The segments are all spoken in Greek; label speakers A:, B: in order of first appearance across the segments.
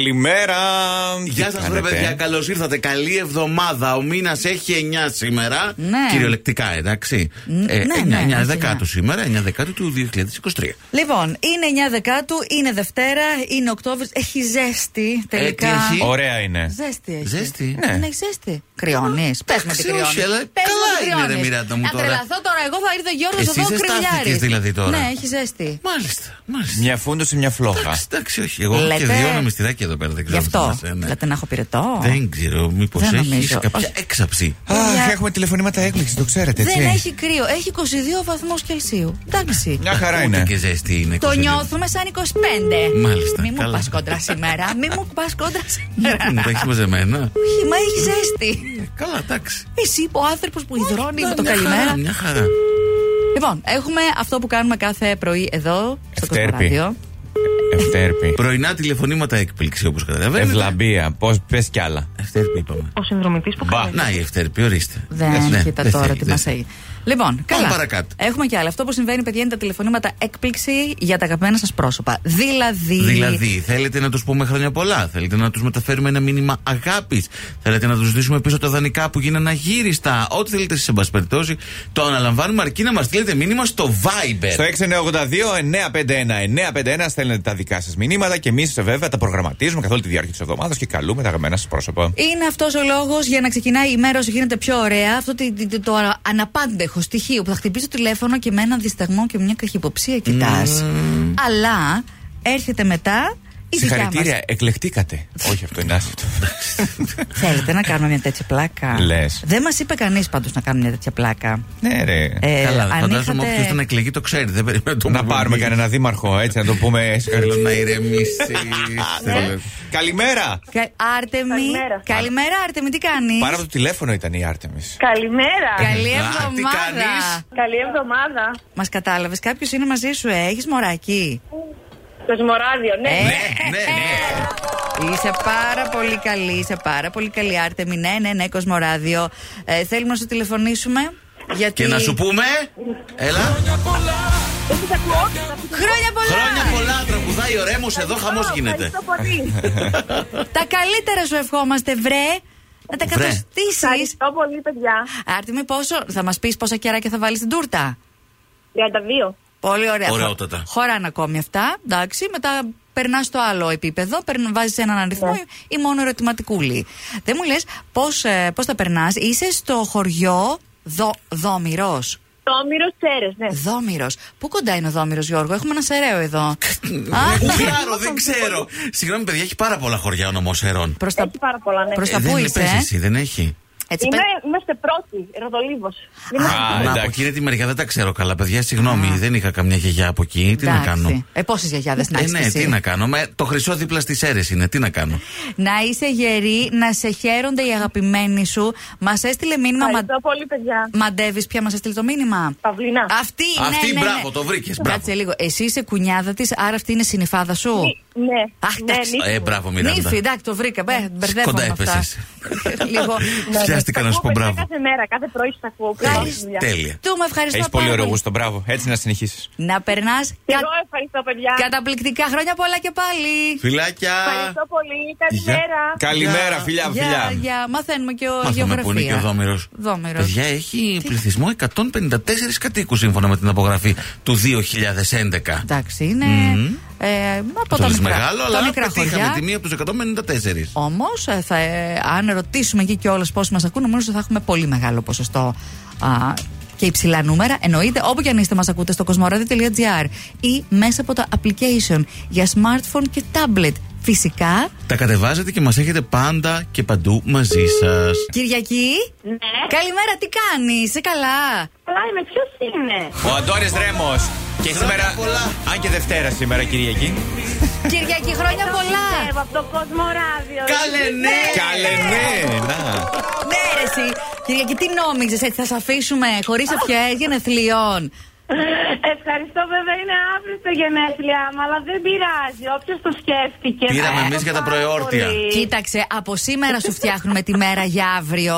A: Καλημέρα!
B: Γεια σας, βρε
A: Κάνετε?
B: παιδιά, καλώς ήρθατε. Καλή εβδομάδα. Ο μήνας έχει 9 σήμερα.
C: Ναι.
B: Κυριολεκτικά, εντάξει.
C: Ν- ναι,
B: 9,
C: ναι, έχει
B: δεκάτου
C: εννιά.
B: σήμερα, 9 δεκάτου του 2023.
C: Λοιπόν, είναι 9 Δεκάτου, είναι Δευτέρα, είναι Οκτώβριος. Έχει ζέστη τελικά.
B: Ε, τι έχει?
A: Ωραία είναι.
C: Ζέστη έχει.
B: Ζέστη. Ε,
A: Ναι.
C: Δεν έχει ζέστη. Κρυώνεις. Πες με τι
B: εντάξει,
C: κρυώνει.
B: όχι, αλλά καλά είναι, ρε Μιράντα μου,
C: Να
B: τώρα.
C: τρελαθώ τώρα. Εγώ θα ήρθε ο Γιώργος
B: Εσύ
C: εδώ
B: ζεστάθηκες
C: κρυβιάρη.
B: δηλαδή τώρα.
C: Ναι, έχει ζέστη.
B: Μάλιστα, μάλιστα.
A: Μια φούντωση, μια φλόχα.
B: Εντάξει, εντάξει, όχι. Εγώ έχω
C: Λέτε.
B: και δύο νομιστηράκια εδώ πέρα. Δεν
C: Γι'
B: ξέρω.
C: αυτό.
B: τι είναι, ναι.
C: Λέτε να έχω πυρετό.
B: Δεν ξέρω, μήπως
C: Δεν
B: έχεις
C: νομίζω.
B: κάποια
C: Όχι.
B: έξαψη.
A: Αχ,
C: Μια-
A: έχουμε τηλεφωνήματα έκπληξης, το ξέρετε,
C: Δεν
A: έτσι.
C: έχει κρύο. Έχει 22 βαθμούς Κελσίου. Εντάξει.
A: Μια χαρά
B: Ούτε
A: είναι.
B: και ζέστη είναι.
C: Το
B: 22.
C: νιώθουμε σαν 25.
B: Μάλιστα,
C: Μη μου
B: καλά. Ναι.
C: πας κόντρα σήμερα. Μη μου πας κόντρα
B: Γιατί Μου
C: σήμερα.
B: τα έχει μαζεμένα.
C: Όχι, Μα έχει ζέστη.
B: Ε, Καλά, εντάξει.
C: Εσύ είπε ο άνθρωπος που υδρώνει με το
B: Μια χαρά,
C: καλημέρα.
B: Μια χαρά.
C: Λοιπόν, έχουμε αυτό που κάνουμε κάθε πρωί εδώ, στο
A: Ευτέρπη.
C: Κοσμοράδιο.
A: Ευτέρπη.
B: Πρωινά τηλεφωνήματα έκπληξη, όπως καταλαβαίνετε.
A: Ευλαμπία. Πώς πες κι άλλα.
B: Ευτέρπη, είπαμε.
D: Ο συνδρομητής που
A: Μπα.
D: κάνει.
B: Να, η Ευτέρπη, ορίστε.
C: Δεν
B: Ναι,
C: κοίτα
B: δεν
C: τώρα
B: θέλει,
C: τι
B: δεν
C: μας
B: θέλει.
C: έγινε. Λοιπόν, καλά.
B: παρακάτω.
C: Έχουμε και άλλα. Αυτό που συμβαίνει, παιδιά, είναι τα τηλεφωνήματα έκπληξη για τα αγαπημένα σας πρόσωπα. Δηλαδή.
B: Δηλαδή, θέλετε να τους πούμε χρόνια πολλά, θέλετε να τους μεταφέρουμε ένα μήνυμα αγάπης, θέλετε να τους ζητήσουμε πίσω τα δανεικά που γίνανε αγύριστα. Ό,τι θέλετε εσείς, εν πάση περιπτώσει, το αναλαμβάνουμε αρκεί να μας στείλετε μήνυμα στο Viber.
A: Στο 692-951-951 στέλνετε τα δικά σας μηνύματα και εμείς βέβαια τα προγραμματίζουμε καθ' όλη τη διάρκεια της εβδομάδας και καλούμε τα αγαπημένα σας πρόσωπα.
C: Είναι αυτός ο λόγος για να ξεκινάει η μέρα σου γίνεται πιο ωραία. Αυτό το, το, το, αναπάντεχο στοιχείο που θα χτυπήσει το τηλέφωνο και με ένα δισταγμό και μια καχυποψία κοιτάς. Αλλά έρχεται μετά η δικιά μας.
A: Συγχαρητήρια, εκλεκτήκατε. Όχι, αυτό είναι άσχετο.
C: Θέλετε να κάνουμε μια τέτοια πλάκα.
A: Λες.
C: Δεν μας είπε κανείς πάντως να κάνουμε μια τέτοια πλάκα.
A: Ναι, ρε.
C: Ε,
B: Καλά,
C: αν
B: φαντάζομαι
C: είχατε-
B: όποιος τον εκλεγεί το ξέρει, δεν περιμένω το
A: Να πάρουμε κανένα δήμαρχο, έτσι, να το πούμε.
B: Θέλω να ηρεμήσεις.
A: Ναι.
B: Θέλω-
A: Καλημέρα!
C: Κα- Άρτεμι.
D: Καλημέρα.
C: Καλημέρα, Άρτεμι, τι κάνεις.
A: Πάρα από το τηλέφωνο ήταν η Άρτεμις.
D: Καλημέρα.
C: Καλή
B: Α, τι κάνεις?
C: εβδομάδα.
D: Καλή εβδομάδα.
C: Μας κατάλαβες, κάποιος είναι μαζί σου, ε. έχεις μωράκι.
D: Κοσμοράδιο, ναι.
C: Ε.
B: Ναι, ναι, ναι.
C: Είσαι πάρα πολύ καλή, είσαι πάρα πολύ καλή, Άρτεμι. Ναι, ναι, ναι, Κοσμοράδιο. Ε, θέλουμε να σου τηλεφωνήσουμε. Γιατί...
B: Και να σου πούμε. Έλα.
D: Δεν σας ακούω.
C: Χρόνια πολλά!
B: Χρόνια πολλά, τραγουδάει ο Ρέμος, εδώ χαμό Ε, γίνεται.
D: Ευχαριστώ πολύ.
C: Τα καλύτερα σου ευχόμαστε, βρε! Να τα
B: Βρε.
C: κατοστήσει.
D: Ευχαριστώ πολύ, παιδιά.
C: Άρτεμι, πόσο. Θα μας πεις πόσα κεράκια θα βάλεις στην τούρτα.
D: 32.
C: Πολύ ωραία.
B: Ωραιότατα.
C: Χωράνε ακόμη αυτά. Εντάξει, μετά περνάς στο άλλο επίπεδο, βάζεις έναν αριθμό
D: Ναι.
C: ή μόνο ερωτηματικούλη. Δεν μου λες πώς πώς τα περνάς. Είσαι στο χωριό Δο, Δόμηρος.
D: Το όμοιρο Τσέρες, ναι.
C: Δόμηρος. Πού κοντά είναι ο Δόμηρος, Γιώργο, έχουμε ένα σεραίο εδώ. ναι.
B: Γουστάρω, δεν ξέρω. Συγγνώμη, παιδιά, έχει πάρα πολλά χωριά ο νομός Ερών.
C: Προς τα,
D: Έχει πάρα πολλά, ναι.
C: προς τα
B: Ε,
C: πού
B: δεν
C: είσαι,
B: πες
C: ε?
B: εσύ, δεν έχει.
C: Έτσι,
D: Είμαι,
C: πες-
D: είμαστε πρώτοι, Ροδολίβος. Είμαστε-
A: Α,
B: Να, από
A: εντάξει.
B: εκείνη τη μεριά δεν τα ξέρω καλά, παιδιά. Συγγνώμη, δεν είχα καμιά γιαγιά από εκεί. Τι να
C: εντάξει.
B: κάνω.
C: Ε, πόσες γιαγιάδες να
B: Ε,
C: έχεις
B: ναι,
C: κι εσύ.
B: τι να κάνω. Μα, το χρυσό δίπλα στις αίρες είναι. Τι να κάνω.
C: Να είσαι γερή, να σε χαίρονται οι αγαπημένοι σου. Μας έστειλε μήνυμα. μα-
D: Ευχαριστώ πολύ, παιδιά.
C: Μαντεύει πια μας έστειλε το μήνυμα.
D: Παυλίνα.
C: Αυτή, ναι,
B: Αυτή,
C: ναι, ναι.
B: μπράβο, το βρήκες, μπράβο.
C: Κάτσε λίγο. Εσύ είσαι κουνιάδας τη, άρα αυτή είναι συνειφάδα σου.
D: Ναι, ναι.
C: Αχ,
D: ναι,
C: εντάξει.
D: νύχτα.
B: Ε, μπράβο, Μιράντα.
C: Νύφη, εντάξει, το βρήκα. Μπε, μπερδεύομαι
B: Κοντά
C: με αυτά. Λοιπόν,
B: έπεσες.
C: λίγο.
D: Ναι, ναι.
B: Φτιάστηκα
D: Τα
B: να σου
D: ακούω,
B: πω
D: παιδιά,
B: μπράβο.
D: Κάθε μέρα, κάθε πρωί σας ακούω. Καλή
B: Τέλεια.
D: δουλειά.
B: Τέλεια.
C: Του με ευχαριστώ
A: Έχεις
C: πάρα
A: πολύ ωραίο
C: πολύ.
A: γούστο, μπράβο. Έτσι να συνεχίσεις.
C: Να περνάς
D: Και εγώ ευχαριστώ, παιδιά.
C: καταπληκτικά χρόνια πολλά και πάλι.
B: Φιλάκια.
D: Ευχαριστώ πολύ. Καλημέρα.
A: Καλημέρα,
B: Γεια.
A: φιλιά,
C: Γεια,
A: φιλιά.
C: γεια. Μαθαίνουμε και ο
B: Μάθαμε
C: γεωγραφία.
B: που είναι και ο Δόμηρος.
C: Δόμηρος.
B: Παιδιά έχει πληθυσμό 154 κατοίκους σύμφωνα με την απογραφή του 2011.
C: Εντάξει, είναι. Ε, από τα
B: Το λες
C: μικρά,
B: μεγάλο,
C: τα
B: αλλά
C: μικρά
B: πετύχαμε
C: χωριά.
B: τη μία από τους 154.
C: Όμω, θα, ε, αν ρωτήσουμε εκεί κιόλας πόσοι μας ακούνε, νομίζω ότι θα έχουμε πολύ μεγάλο ποσοστό α, και υψηλά νούμερα. Εννοείται, όπου και αν είστε, μας ακούτε στο κοσμοράδι.gr ή μέσα από τα application για smartphone και tablet. Φυσικά,
B: Τα κατεβάζετε και μας έχετε πάντα και παντού μαζί σας.
C: Κυριακή.
D: Ναι.
C: Καλημέρα, τι κάνεις, είσαι καλά.
D: Καλά είμαι. Ποιος είναι.
A: Ο Αντώνης Ρέμος. Και σήμερα.
B: πολλά.
A: Αν και Δευτέρα σήμερα, Κυριακή.
C: Κυριακή, χρόνια πολλά.
D: Πιστεύω από το κόσμο ράδιο.
B: Καλέ ναι!
A: Καλέ, ναι, να.
C: ναι, ρε, εσύ. Κυριακή, τι νόμιζες, έτσι θα σε αφήσουμε χωρίς ευχές γενεθλίων.
D: Ευχαριστώ, βέβαια είναι αύριο στα γενέθλιά μου, αλλά δεν πειράζει. Όποιος το σκέφτηκε.
B: Πήραμε
D: ευχαριστώ
B: εμείς για τα
D: πάρα
B: προεόρτια.
D: πολύ.
C: Κοίταξε, από σήμερα σου φτιάχνουμε τη μέρα για αύριο,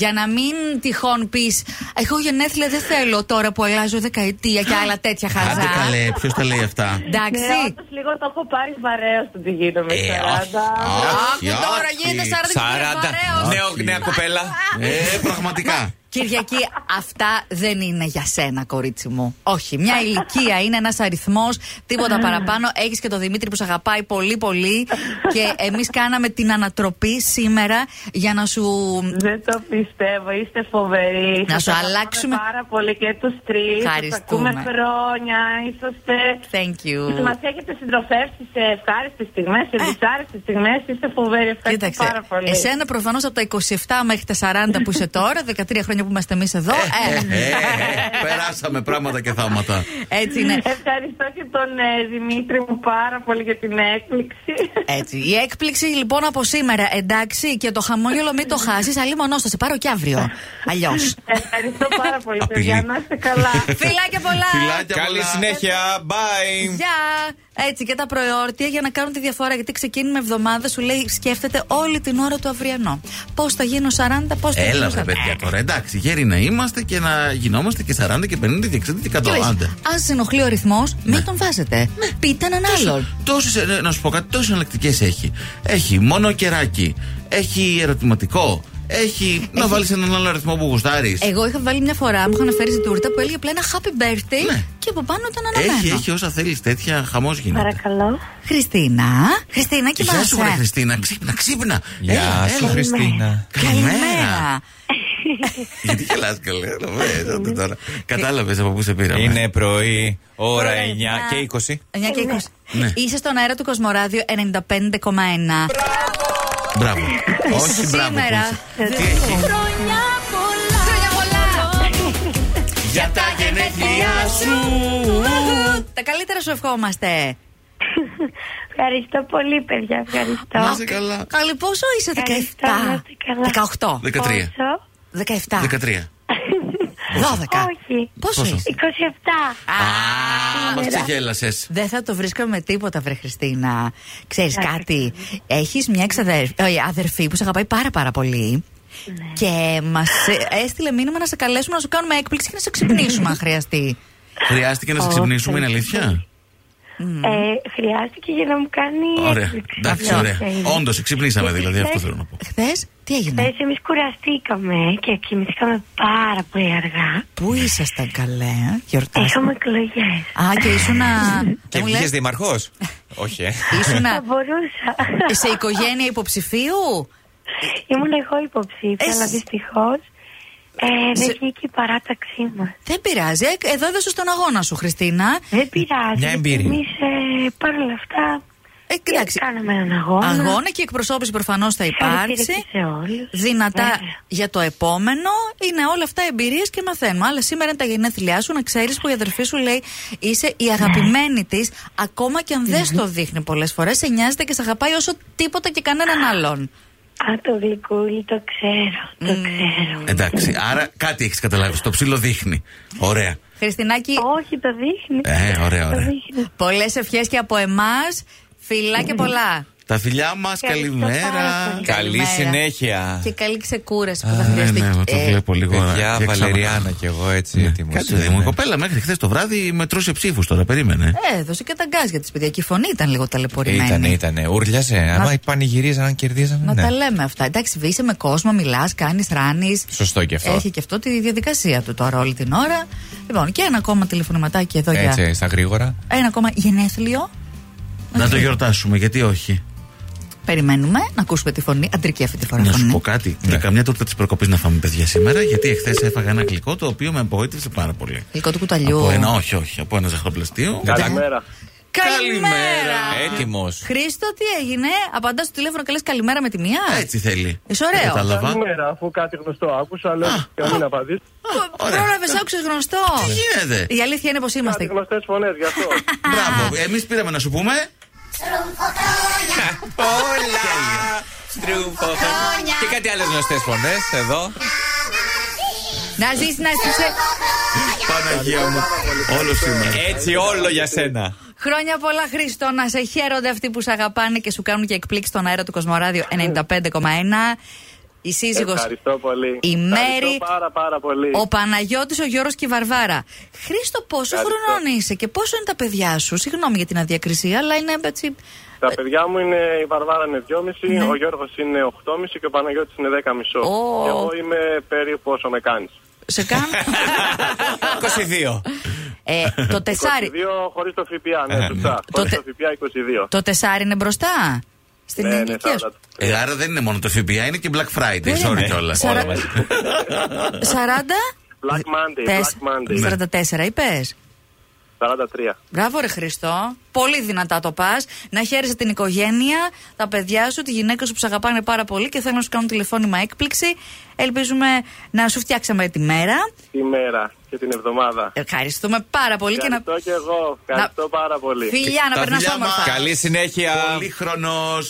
C: για να μην τυχόν πεις Εγώ γενέθλια δεν θέλω τώρα που αλλάζω δεκαετία και άλλα τέτοια
B: Άντε
C: χαζά.
B: καλέ, ποιος τα λέει αυτά.
D: Ναι,
C: Εντάξει.
D: όντως λίγο το έχω πάρει βαρέως του τι γίνομαι.
B: Ε, όχι,
D: 40.
C: Άκου
B: όχι,
C: τώρα,
B: όχι.
C: γίνεται
A: 40.
C: 40 και
A: Νέο, νέα κοπέλα.
B: Ε, πραγματικά.
C: Κυριακή, αυτά δεν είναι για σένα, κορίτσι μου. Όχι. Μια ηλικία είναι ένας αριθμός, τίποτα παραπάνω. Έχεις και τον Δημήτρη που σε αγαπάει πολύ, πολύ. Και εμείς κάναμε την ανατροπή σήμερα για να σου.
D: Δεν το πιστεύω, είστε φοβεροί.
C: Να
D: Σας
C: σου
D: αγαπάμε
C: αλλάξουμε-
D: Πάρα πολύ και τους τρεις.
C: Ευχαριστούμε.
D: Ακούμε χρόνια, είσαστε.
C: Thank you.
D: Μας έχετε συντροφεύσει σε ευχάριστες στιγμές, σε δυσάρεστες στιγμές. Είστε φοβεροί, ευχαριστώ πάρα
C: Ε. Κοίταξε,
D: πολύ.
C: εσένα προφανώς από τα 27 μέχρι τα 40 που είσαι τώρα, 13 χρόνια που είμαστε εμείς εδώ.
B: Ε,
C: ε,
B: ε, ε, περάσαμε πράγματα και θάματα.
C: έτσι είναι.
D: Ευχαριστώ και τον ε, Δημήτρη μου πάρα πολύ για την έκπληξη.
B: Ε,
C: Έτσι. Η έκπληξη λοιπόν από σήμερα, εντάξει, και το χαμόγελο μην το χάσεις. Αλλή μονός, θα σε πάρω και αύριο. Αλλιώς.
D: Ευχαριστώ πάρα πολύ,
B: Απειλή.
D: παιδιά. Να είστε καλά.
C: Φιλάκια πολλά!
B: Φιλάκια.
A: Καλή
B: πολλά.
A: συνέχεια. Bye.
C: Γεια! Έτσι και τα προεόρτια για να κάνουν τη διαφορά. Γιατί ξεκίνημα εβδομάδα σου λέει σκέφτεται όλη την ώρα του αυριανό. Πώς θα γίνω 40, πώς θα
B: Έλα,
C: γίνω 40.
B: ρε παιδιά τώρα. Εντάξει, γέροι να είμαστε και να γινόμαστε και 40 και 50 και 60 και 100. Άντε.
C: Αν σε ενοχλεί ο ρυθμός, μην τον βάζετε. Πείτε έναν άλλον.
B: Τόσες, ε, να σου πω κάτι, τόσες εναλλακτικές έχει. Έχει μόνο κεράκι. Έχει ερωτηματικό. Έχει. Να βάλεις έναν άλλο αριθμό που γουστάρεις.
C: Εγώ είχα βάλει μια φορά, μου είχαν φέρει στην τούρτα που έλεγε απλά ένα happy birthday
B: Ναι.
C: και από πάνω ήταν
B: Έχει,
C: αναμένο.
B: έχει όσα θέλεις τέτοια. Χαμός γίνεται.
D: Παρακαλώ.
C: Χριστίνα, Χριστίνα,
B: Γεια σου, ρε
C: κοιμάσαι.
B: Χριστίνα. Ξύπνα, ξύπνα.
A: Γεια
B: Έλα,
A: σου,
B: έλα.
A: Χριστίνα.
C: Καλημέρα.
B: Γιατί γελάς καλέ, να βρες, άντε τώρα. Κατάλαβες από πού σε πήραμε.
A: Είναι πρωί, ώρα 9
C: Ωραία, εννιά.
A: και 20.
C: 9 και 20.
B: Ναι.
C: Είσαι στον αέρα του Κοσμοράδιο 95,1.
B: Μπράβο. Όχι, μπράβο. που
C: Σήμερα.
B: είσαι. Τι έχεις.
C: Χρόνια πολλά. Χρόνια πολλά.
B: Για τα γενέθλιά σου.
C: Τα καλύτερα σου ευχόμαστε.
D: Ευχαριστώ πολύ, παιδιά. Ευχαριστώ.
B: Να είσαι καλά.
C: Καλή πόσο είσαι,
D: Ευχαριστώ, να είστε καλά.
B: 13.
C: 17. 18. 17.
D: Πόσο?
B: 13.
C: 12.
D: Όχι.
C: Πόσο
B: Πόσο?
C: είσαι.
D: 27.
B: Α, μα ξεγέλασε.
C: Δεν θα το βρίσκαμε με τίποτα, βρε Χριστίνα. Ξέρεις κάτι. Έχεις μια εξαδερφή αδερφή που σε αγαπάει πάρα πάρα πολύ.
D: Ναι.
C: Και μας έστειλε μήνυμα να σε καλέσουμε να σου κάνουμε έκπληξη και να σε ξυπνήσουμε, αν χρειαστεί.
B: Χρειάστηκε να σε
D: Ω,
B: ξυπνήσουμε, είναι
D: ευχαριστώ.
B: αλήθεια.
D: Ε, χρειάστηκε για να μου κάνει
B: Ωραία.
D: έκπληξη.
B: Εντάξει,
D: Αυτό.
B: ωραία.
D: Ε,
B: Όντω, ξυπνήσαμε δηλαδή, αυτό
D: Χθες-
B: θέλω να πω.
C: Χθες τι έγινε.
D: χθες εμείς κουραστήκαμε και κοιμηθήκαμε πάρα πολύ αργά.
C: Πού ήσασταν καλέ, ε?
D: Είχαμε
C: γιορτάσαμε.
D: εκλογές.
C: Α, και ήσουνα.
A: Και
C: δεν Ε, μου λες,
A: βγήκε δημαρχός. Όχι, ε.
D: Θα
C: Ήσουνα
D: μπορούσα.
C: σε οικογένεια υποψηφίου.
D: Ήμουν εγώ υποψήφια,
C: Εσύ-
D: αλλά δυστυχώς ε, δεν
C: Σε-
D: βγήκε η παράταξή μας.
C: Δεν πειράζει. ε, Εδώ έδωσε τον αγώνα σου, Χριστίνα.
D: Δεν πειράζει.
A: Μια εμπειρία.
D: Εμείς ε, παρόλα αυτά
C: Ε, κοιτάξτε.
D: κάναμε έναν αγώνα.
C: Αγώνα και εκπροσώπηση προφανώς θα
D: Συγχαρητήρια
C: υπάρξει.
D: και σε όλους.
C: Δυνατά
B: Ναι.
D: Βέβαια.
C: για το επόμενο. Είναι όλα αυτά εμπειρίες και μαθαίνουμε. Αλλά σήμερα είναι τα γενέθλιά σου, να ξέρεις που η αδερφή σου λέει είσαι
B: Ναι.
C: η αγαπημένη της, ακόμα και αν δεν στο δείχνει πολλές φορές. Σε νοιάζεται και σε αγαπάει όσο τίποτα και κανέναν άλλον.
D: Α, το γλυκούλι, το ξέρω. Το ξέρω.
B: Εντάξει, άρα κάτι έχεις καταλάβει. Το ψήλο δείχνει. Ωραία.
C: Χριστινάκη,
D: Όχι, το δείχνει.
B: Ε, ωραία,
D: Το
B: ωραία.
D: δείχνει.
C: πολλές ευχές και από εμάς. Φιλά
B: Ναι.
C: και πολλά.
B: Τα φιλιά μας, καλημέρα.
A: Καλή
C: Καλημέρα.
A: συνέχεια.
C: Και καλή ξεκούραση που θα
B: Α,
C: χρειαστεί.
B: ναι, ναι, το
C: Ε,
B: βλέπω λίγο.
A: Παιδιά,
B: φτιάξαμε τα-
A: Βαλεριάνα κι εγώ έτσι
B: Ναι.
A: έτοιμος.
B: Κάτσε, ρε, μου η κοπέλα μέχρι χθες το βράδυ μετρούσε ψήφους τώρα, περίμενε.
C: ε, έδωσε και τα γκάζια τη παιδιά. Και η φωνή ήταν λίγο ταλαιπωρημένη.
A: Ήτανε, ήτανε. Ούρλιαζε. Άμα πανηγυρίζαν, αν κερδίζαν.
C: Να
A: ναι.
C: τα λέμε αυτά. Εντάξει, είσαι με κόσμο, μιλάς, κάνεις, ράνεις.
A: Σωστό και αυτό.
C: Έχει και αυτό τη διαδικασία του τώρα όλη την ώρα. Λοιπόν, και ένα ακόμα τηλεφωνηματάκι εδώ για.
A: Έτσι, στα γρήγορα.
C: Ένα ακόμα γενέθλιο.
B: Να το γιορτάσουμε, γιατί όχι.
C: Περιμένουμε να ακούσουμε τη φωνή. Αντρική αυτή τη φορά.
B: Να σου
C: φωνή.
B: πω κάτι. Και καμιά τούρτα της προκοπής να φάμε, παιδιά, σήμερα. Γιατί εχθές έφαγα ένα γλυκό το οποίο με απογοήτευσε πάρα πολύ.
C: Γλυκό του κουταλιού.
B: Από ένα, όχι, όχι, από ένα ζαχαροπλαστείο.
E: Καλημέρα.
C: Καλημέρα!
A: Έτοιμος.
C: Χρήστο, τι έγινε, απαντάς στο τηλέφωνο και λες καλημέρα με τη μία.
B: Έτσι θέλει.
C: Είσαι ωραίο.
B: Δεν Κατάλαβα.
E: Καλημέρα, αφού κάτι γνωστό άκουσα, λέω και να μην απαντήσω.
B: Α, Ωραία.
C: Πρόλαβες, άκουσες γνωστό.
B: Τι γίνεται.
C: Η αλήθεια είναι πως
E: Κάτι
C: είμαστε.
E: γνωστές φωνές, γι' αυτό.
B: Μπράβο. Εμείς πήραμε να σου πούμε.
A: Όλα! Στρούφοχχρόνια. Και κάτι άλλες γνωστές φωνές εδώ.
C: Να ζήσει, να ζήσει.
B: Παναγία μου. Όλος σήμερα.
A: Έτσι όλο για σένα.
C: Χρόνια πολλά, Χρήστο. Να σε χαίρονται αυτοί που σε αγαπάνε και σου κάνουν και εκπλήξει στον αέρα του Κοσμοράδιο 95,1. Η σύζυγος.
E: Ε. Ευχαριστώ πολύ.
C: Η Μέρη.
E: Ευχαριστώ πάρα πάρα πολύ.
C: Ο Παναγιώτης, ο Γιώργο και η Βαρβάρα. Χρήστο, πόσο
E: Ευχαριστώ.
C: χρονών είσαι και πόσο είναι τα παιδιά σου. Συγγνώμη για την αδιακρισία, αλλά είναι έτσι.
E: Τα παιδιά μου είναι, η Βαρβάρα είναι 2,5,
C: Ναι.
E: ο Γιώργος είναι 8,5 και ο Παναγιώτης είναι 10,5.
C: Ω.
E: Και εγώ είμαι περίπου όσο με κάνεις.
C: Σε κάνω.
A: 22.
C: ε, το τεσάρι.
E: 22 χωρίς το ΦΠΑ,
C: Ε,
E: ναι, σωστά. Χωρίς
C: Τότε-
E: το ΦΠΑ 22.
C: Το τεσάρι είναι μπροστά. Στην
E: Ναι, ναι,
C: ηλικία σου.
E: 40.
B: Ε, άρα δεν είναι μόνο το ΦΠΑ, είναι και Black Friday.
C: Δεν
B: Sorry
C: είναι.
B: κιόλας.
C: Σαρα-
A: Όλα μαζί.
C: 40.
E: Black Monday,
C: Τεσ-
E: Black Monday.
C: 44 είπε.
E: 43.
C: Μπράβο, ρε Χριστό. Πολύ δυνατά το πας. Να χαίρεσαι την οικογένεια, τα παιδιά σου, τη γυναίκα σου που σε αγαπάνε πάρα πολύ και θέλουν να σου κάνουν τηλεφώνημα έκπληξη. Ελπίζουμε να σου φτιάξαμε τη μέρα.
E: Τη μέρα και την εβδομάδα.
C: Ευχαριστούμε πάρα πολύ και να.
E: Ευχαριστώ και εγώ. Ευχαριστώ πάρα πολύ.
C: Φιλιά, να
B: Τα
C: περνάς
B: φιλιά μας.
C: όμορφα.
A: Καλή συνέχεια.
B: Πολύ χρονό.